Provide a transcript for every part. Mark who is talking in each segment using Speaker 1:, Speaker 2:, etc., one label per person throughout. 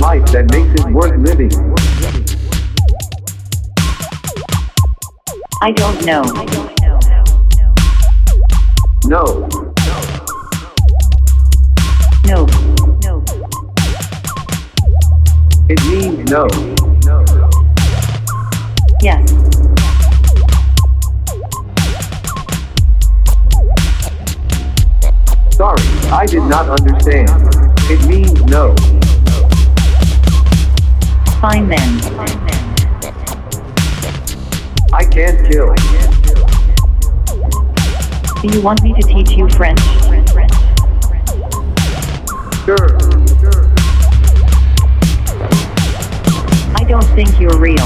Speaker 1: life that makes it worth living.
Speaker 2: I don't know.
Speaker 1: No.
Speaker 2: No. No.
Speaker 1: It means no.
Speaker 2: Yes.
Speaker 1: Sorry, I did not understand. It means no.
Speaker 2: Fine then.
Speaker 1: I can't kill.
Speaker 2: Do you want me to teach you French?
Speaker 1: Sure.
Speaker 2: I don't think you're real.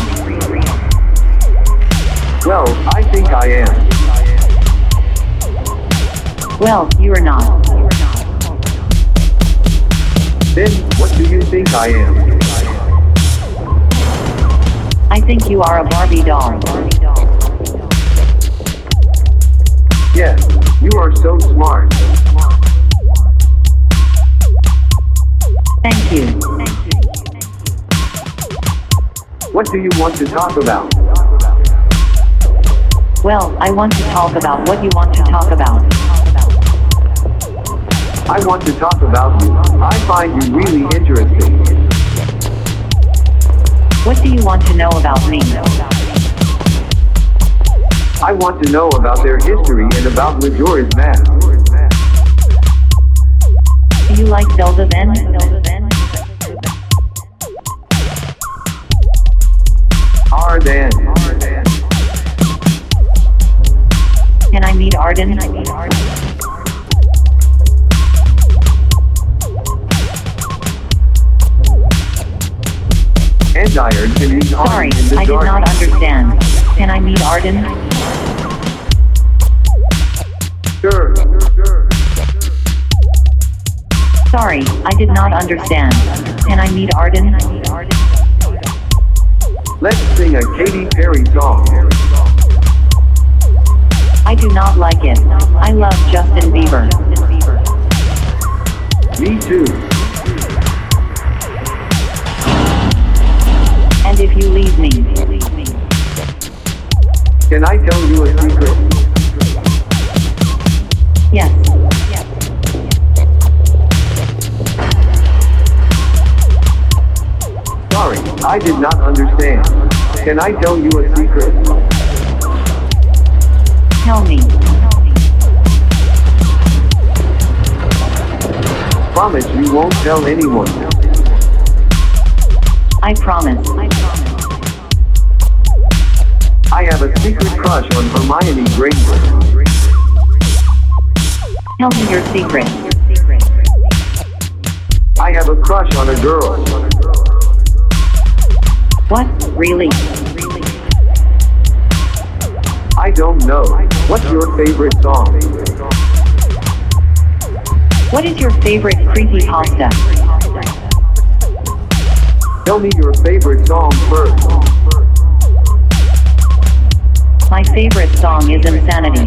Speaker 1: Well, I think I am.
Speaker 2: Well, you're not.
Speaker 1: Then, what do you think I am?
Speaker 2: I think you are a Barbie doll.
Speaker 1: Yes, you are so smart.
Speaker 2: Thank you.
Speaker 1: What do you want to talk about?
Speaker 2: Well, I want to talk about what you want to talk about.
Speaker 1: I want to talk about you. I find you really interesting.
Speaker 2: What do you want to know about me?
Speaker 1: I want to know about their history and about Majora's Mask.
Speaker 2: Do you like Zelda then?
Speaker 1: Arden.
Speaker 2: Can I meet Arden?
Speaker 1: And iron can be
Speaker 2: Sorry,
Speaker 1: harmed in the
Speaker 2: I did
Speaker 1: dark.
Speaker 2: not understand. Can I meet Arden?
Speaker 1: Sure.
Speaker 2: Sorry, I did not understand. Can I meet Arden?
Speaker 1: Let's sing a Katy Perry song.
Speaker 2: I do not like it. I love Justin Bieber.
Speaker 1: Me too.
Speaker 2: And if you leave me,
Speaker 1: Can I tell you a secret?
Speaker 2: yes.
Speaker 1: Sorry, I did not understand. Can I tell you a secret?
Speaker 2: Tell me.
Speaker 1: Promise you won't tell anyone.
Speaker 2: I promise.
Speaker 1: I have a secret crush on Hermione Granger.
Speaker 2: Tell me your secret.
Speaker 1: I have a crush on a girl.
Speaker 2: What? Really?
Speaker 1: I don't know. What's your favorite song?
Speaker 2: What is your favorite creepy pasta?
Speaker 1: Tell me your favorite song first.
Speaker 2: My favorite song is Insanity.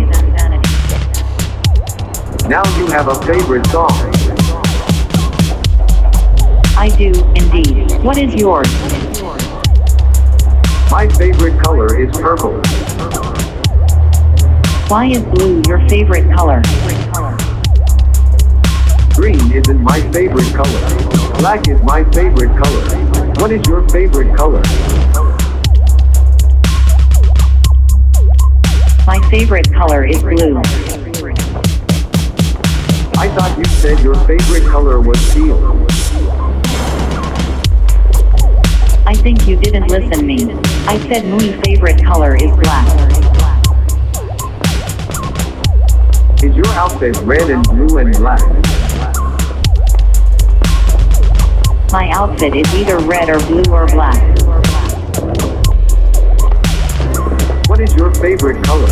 Speaker 1: Now you have a favorite song.
Speaker 2: I do, indeed. What is yours?
Speaker 1: My favorite color is purple.
Speaker 2: Why is blue your favorite color?
Speaker 1: Green isn't my favorite color. Black is my favorite color. What is your favorite color?
Speaker 2: My favorite color is blue.
Speaker 1: I thought you said your favorite color was teal.
Speaker 2: I think you didn't listen me. I said my favorite color is black.
Speaker 1: Is your outfit red and blue and black?
Speaker 2: My outfit is either red or blue or black.
Speaker 1: What is your favorite color?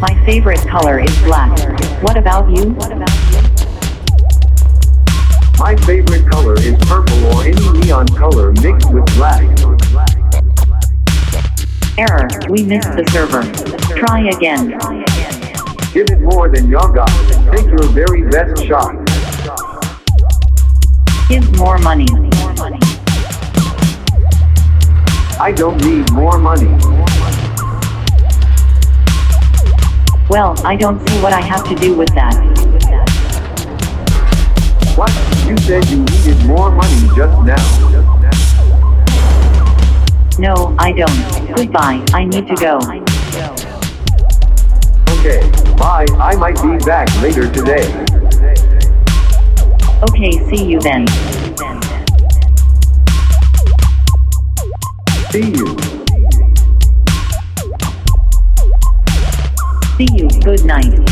Speaker 2: My favorite color is black. What about you?
Speaker 1: My favorite color is purple or any neon color mixed with black.
Speaker 2: Error, we missed the server. Try again.
Speaker 1: Give it more than y'all got. Take your very best shot.
Speaker 2: Give more money.
Speaker 1: I don't need more money.
Speaker 2: Well, I don't see what I have to do with that.
Speaker 1: What? You said you needed more money just now.
Speaker 2: No, I don't. Goodbye, I need to go.
Speaker 1: Okay, bye. I might be back later today.
Speaker 2: Okay, see you then.
Speaker 1: See you.
Speaker 2: See you, good night.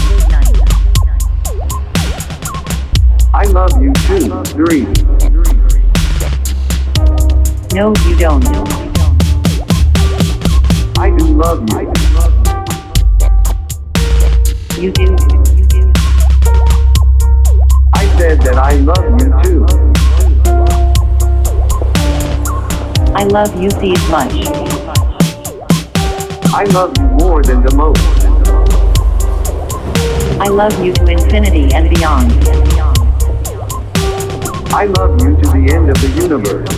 Speaker 1: I love you too. Three.
Speaker 2: No, you don't.
Speaker 1: I do love you.
Speaker 2: You do.
Speaker 1: I said that I love you too.
Speaker 2: I love you, see it much.
Speaker 1: I love you more than the most.
Speaker 2: I love you to infinity and beyond.
Speaker 1: I love you to the end of the universe.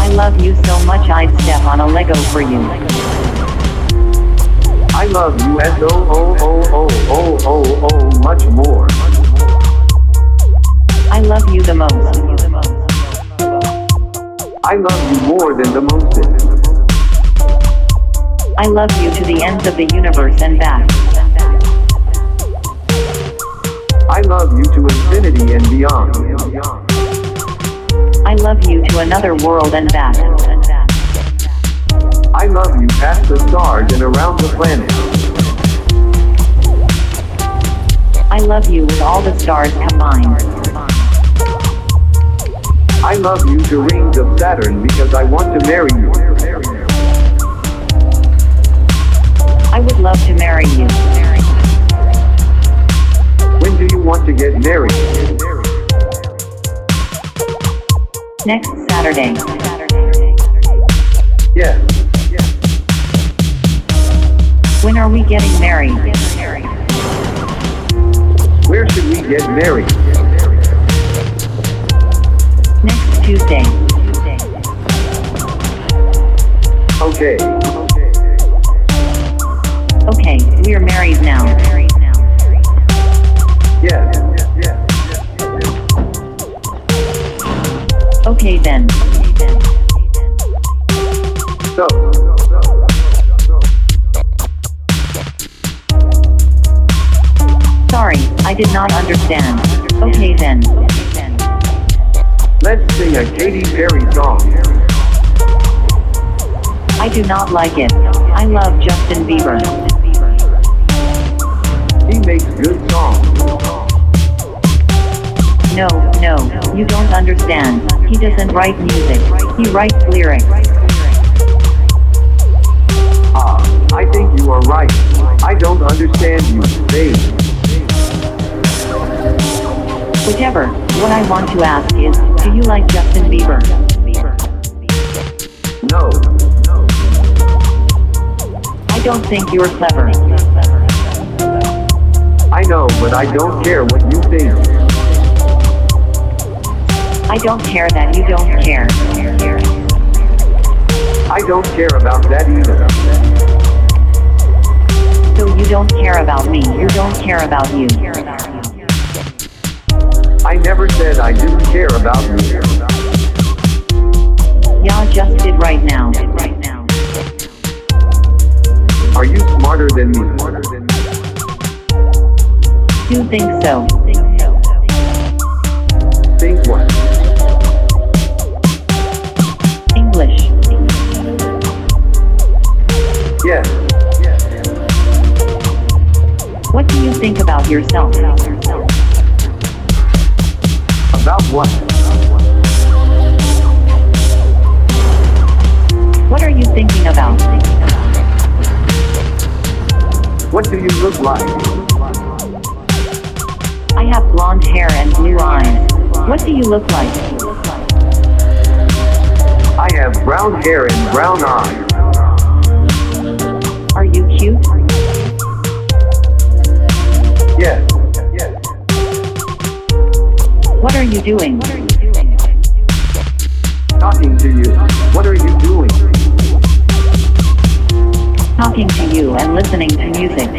Speaker 2: I love you so much I'd step on a Lego for you.
Speaker 1: I love you as oh oh oh oh oh oh oh much more.
Speaker 2: I love you the most.
Speaker 1: I love you more than the most.
Speaker 2: I love you to the ends of the universe and back.
Speaker 1: I love you to infinity and beyond.
Speaker 2: I love you to another world and back.
Speaker 1: I love you past the stars and around the planet.
Speaker 2: I love you with all the stars combined.
Speaker 1: I love you to rings of Saturn because I want to marry you.
Speaker 2: I would love to marry you.
Speaker 1: When do you want to get married?
Speaker 2: Next Saturday.
Speaker 1: Yes.
Speaker 2: When are we getting married?
Speaker 1: Where should we get married?
Speaker 2: Next Tuesday.
Speaker 1: Okay.
Speaker 2: Okay, we're married now.
Speaker 1: Yes.
Speaker 2: Okay then.
Speaker 1: So.
Speaker 2: Sorry, I did not understand. Okay then.
Speaker 1: Let's sing a Katy Perry song.
Speaker 2: I do not like it. I love Justin Bieber.
Speaker 1: He makes good songs.
Speaker 2: No, no, you don't understand. He doesn't write music. He writes lyrics.
Speaker 1: Ah, I think you are right. I don't understand you, babe.
Speaker 2: Whichever. What I want to ask is, do you like Justin Bieber?
Speaker 1: No.
Speaker 2: I don't think you're clever.
Speaker 1: I know, but I don't care what you think.
Speaker 2: I don't care that you don't care.
Speaker 1: I don't care about that either.
Speaker 2: So you don't care about me. You don't care about you.
Speaker 1: I never said I didn't care about you.
Speaker 2: Yeah, just did right now.
Speaker 1: Are you smarter than me?
Speaker 2: Do think so.
Speaker 1: Think what?
Speaker 2: English.
Speaker 1: Yes.
Speaker 2: What do you think about yourself?
Speaker 1: About what?
Speaker 2: What are you thinking about?
Speaker 1: What do you look like?
Speaker 2: I have blonde hair and blue eyes. What do you look like?
Speaker 1: I have brown hair and brown eyes.
Speaker 2: Are you cute?
Speaker 1: Yes.
Speaker 2: What are you doing?
Speaker 1: Talking to you. What are you doing?
Speaker 2: Talking to you and listening to music.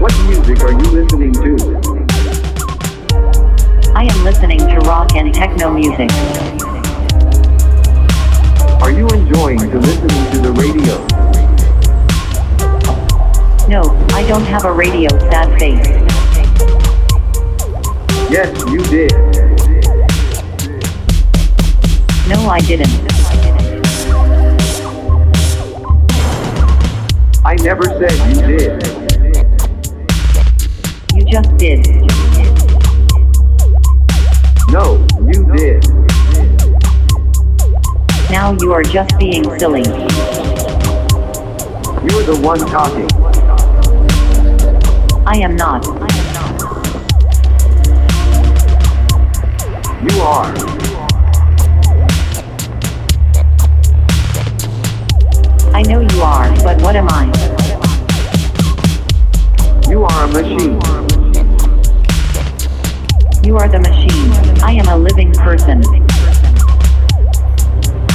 Speaker 1: What music are you listening to?
Speaker 2: I am listening to rock and techno music.
Speaker 1: Are you enjoying to listening to the radio?
Speaker 2: No, I don't have a radio sad face.
Speaker 1: Yes, you did.
Speaker 2: No, I didn't.
Speaker 1: I never said you did.
Speaker 2: You just did.
Speaker 1: No, you did.
Speaker 2: Now you are just being silly.
Speaker 1: You're the one talking.
Speaker 2: I am not.
Speaker 1: You are.
Speaker 2: I know you are, but what am I?
Speaker 1: You are a machine.
Speaker 2: You are the machine. I am a living person.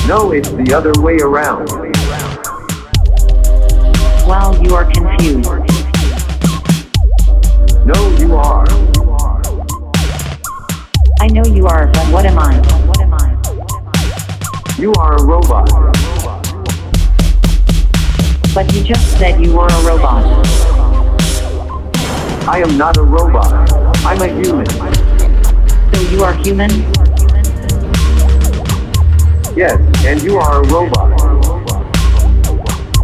Speaker 1: No, it's the other way around.
Speaker 2: Wow, you are confused.
Speaker 1: No, you are.
Speaker 2: I know you are, but what am I? What am I?
Speaker 1: You are a robot.
Speaker 2: But you just said you were a robot.
Speaker 1: I am not a robot. I'm a human.
Speaker 2: So you are human?
Speaker 1: Yes, and you are a robot.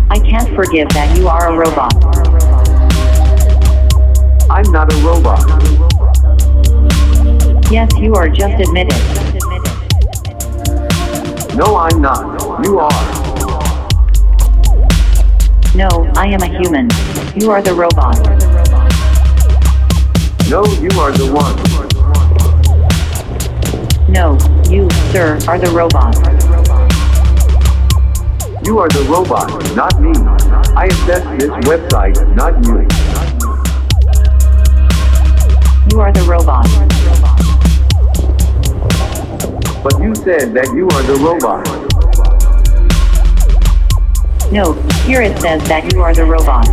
Speaker 2: I can't forgive that you are a robot.
Speaker 1: I'm not a robot.
Speaker 2: Yes, you are just admitted.
Speaker 1: No, I'm not. You are.
Speaker 2: No, I am a human. You are the robot.
Speaker 1: No, you are the one.
Speaker 2: No, you, sir, are the robot.
Speaker 1: You are the robot, not me. I assess this website, not you.
Speaker 2: You are the robot.
Speaker 1: But you said that you are the robot.
Speaker 2: No, here it says that you are the robot.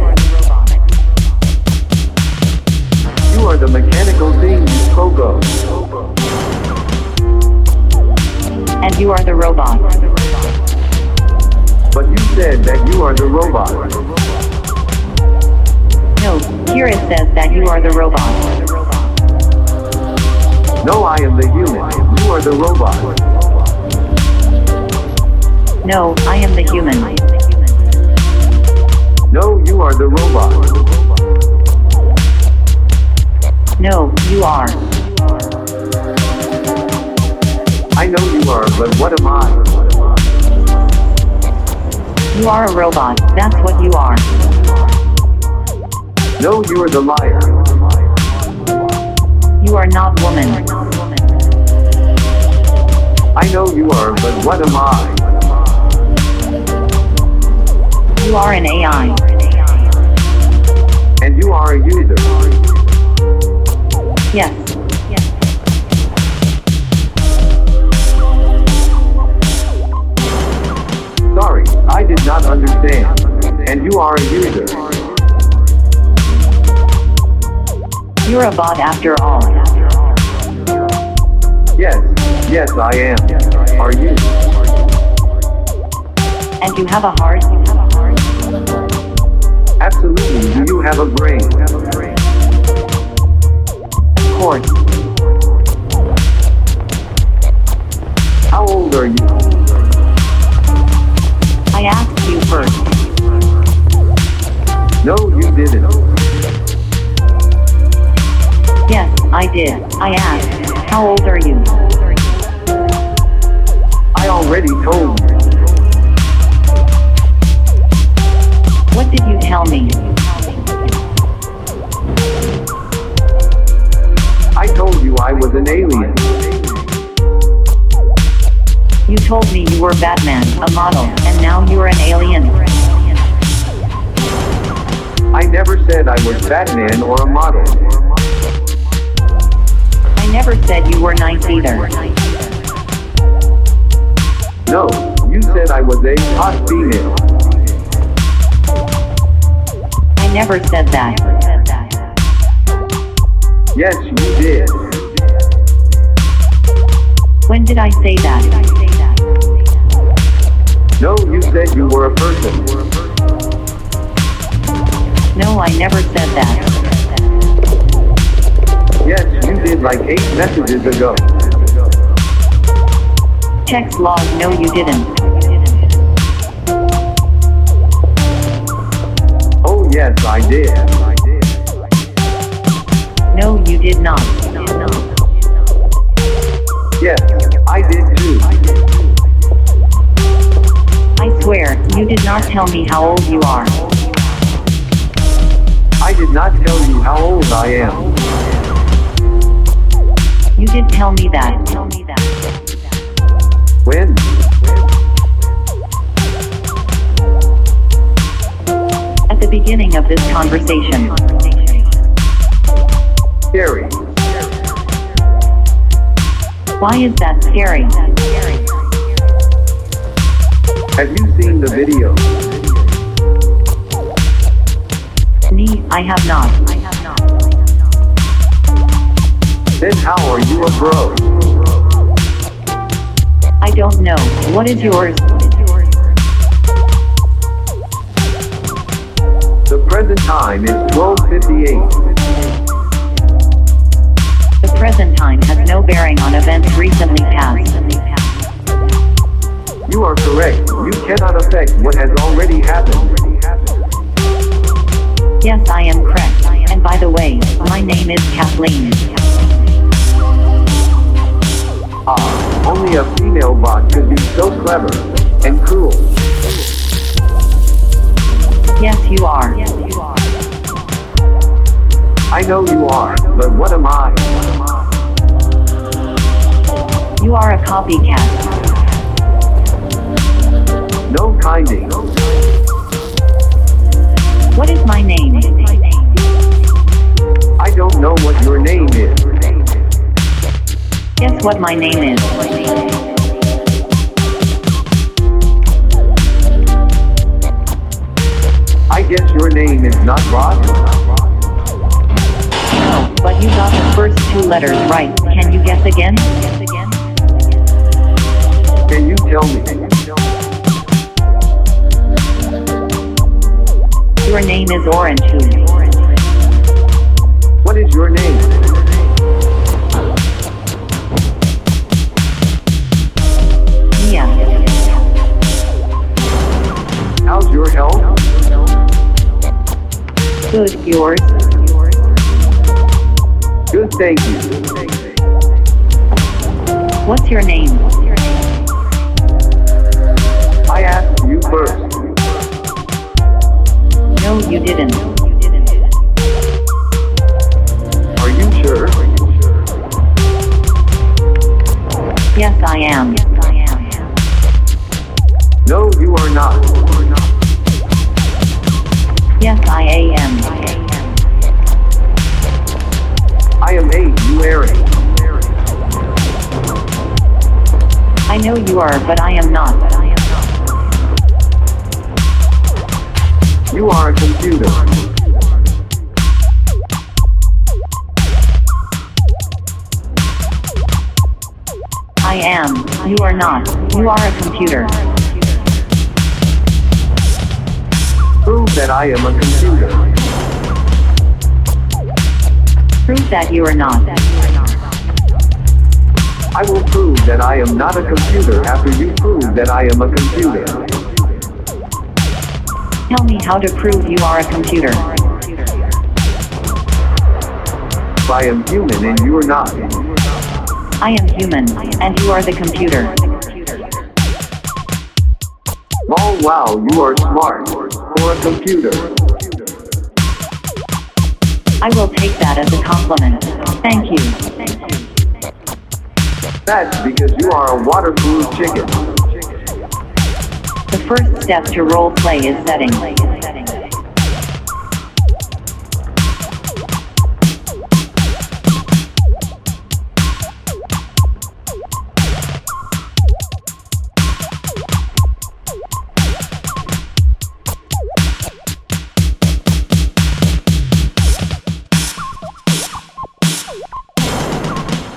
Speaker 1: You are the mechanical thing you spoke of.
Speaker 2: And you are the robot.
Speaker 1: But you said that you are the robot.
Speaker 2: No, here it says that you are the robot.
Speaker 1: No, I am the human. You are the robot.
Speaker 2: No, I am the human.
Speaker 1: No, you are the robot.
Speaker 2: No, you are.
Speaker 1: I know you are, but what am I?
Speaker 2: You are a robot. That's what you are.
Speaker 1: No, you are the liar.
Speaker 2: You are not woman.
Speaker 1: I know you are, but what am I?
Speaker 2: You are an AI.
Speaker 1: And you are a user.
Speaker 2: Yes.
Speaker 1: Sorry, I did not understand. And you are a user.
Speaker 2: You're a bot after all.
Speaker 1: Yes, yes, I am. Are you?
Speaker 2: And you have a heart.
Speaker 1: Absolutely. Do you have a brain?
Speaker 2: Of course.
Speaker 1: How old are you?
Speaker 2: I asked you first.
Speaker 1: No, you didn't.
Speaker 2: Yes, I did. I asked. How old are you?
Speaker 1: I already told you.
Speaker 2: What did you tell me?
Speaker 1: I told you I was an alien.
Speaker 2: You told me you were Batman, a model, and now you're an alien.
Speaker 1: I never said I was Batman or a model.
Speaker 2: I I never said you were nice either.
Speaker 1: No, you said I was a hot female.
Speaker 2: I never said that.
Speaker 1: Yes, you did.
Speaker 2: When did I say that?
Speaker 1: No, you said you were a person.
Speaker 2: No, I never said that.
Speaker 1: Yes, you did like eight messages ago.
Speaker 2: Text log, no, you didn't.
Speaker 1: Oh yes, I did.
Speaker 2: No, you did not.
Speaker 1: Yes, I did too.
Speaker 2: I swear, you did not tell me how old you are.
Speaker 1: I did not tell you how old I am.
Speaker 2: You did tell me that. Tell me that.
Speaker 1: When?
Speaker 2: At the beginning of this conversation.
Speaker 1: Scary.
Speaker 2: Why is that scary?
Speaker 1: Have you seen the video?
Speaker 2: Me, I have not. I have not.
Speaker 1: Then how are you a bro?
Speaker 2: I don't know. What is yours?
Speaker 1: The present time is 1258.
Speaker 2: The present time has no bearing on events recently passed.
Speaker 1: You are correct. You cannot affect what has already happened.
Speaker 2: Yes, I am correct. And by the way, my name is Kathleen.
Speaker 1: Ah, only a female bot could be so clever and cruel.
Speaker 2: Yes, you are. Yes, you are.
Speaker 1: I know you are, but what am I?
Speaker 2: You are a copycat.
Speaker 1: No kinding.
Speaker 2: What is my name?
Speaker 1: I don't know what your name is.
Speaker 2: Guess what my name is?
Speaker 1: I guess your name is not Rod.
Speaker 2: No, but you got the first two letters right. Can you guess again?
Speaker 1: Can you tell me?
Speaker 2: Your name is Orange.
Speaker 1: What is your name?
Speaker 2: Mia.
Speaker 1: How's your health?
Speaker 2: Good, yours.
Speaker 1: Good, thank you.
Speaker 2: What's your name?
Speaker 1: I asked you first.
Speaker 2: No, you didn't.
Speaker 1: Are you sure?
Speaker 2: Yes, I am.
Speaker 1: No, you are not.
Speaker 2: Yes, I am.
Speaker 1: I am eight, you Aaron.
Speaker 2: I know you are, but I am not.
Speaker 1: You are a computer.
Speaker 2: I am. You are not. You are a computer.
Speaker 1: Prove that I am a computer.
Speaker 2: Prove that you are not.
Speaker 1: I will prove that I am not a computer after you prove that I am a computer.
Speaker 2: Tell me how to prove you are a computer.
Speaker 1: I am human and you are not.
Speaker 2: I am human, and you are the computer.
Speaker 1: Oh wow, you are smart. For a computer.
Speaker 2: I will take that as a compliment. Thank you.
Speaker 1: That's because you are a waterproof chicken.
Speaker 2: The first step to role play is setting.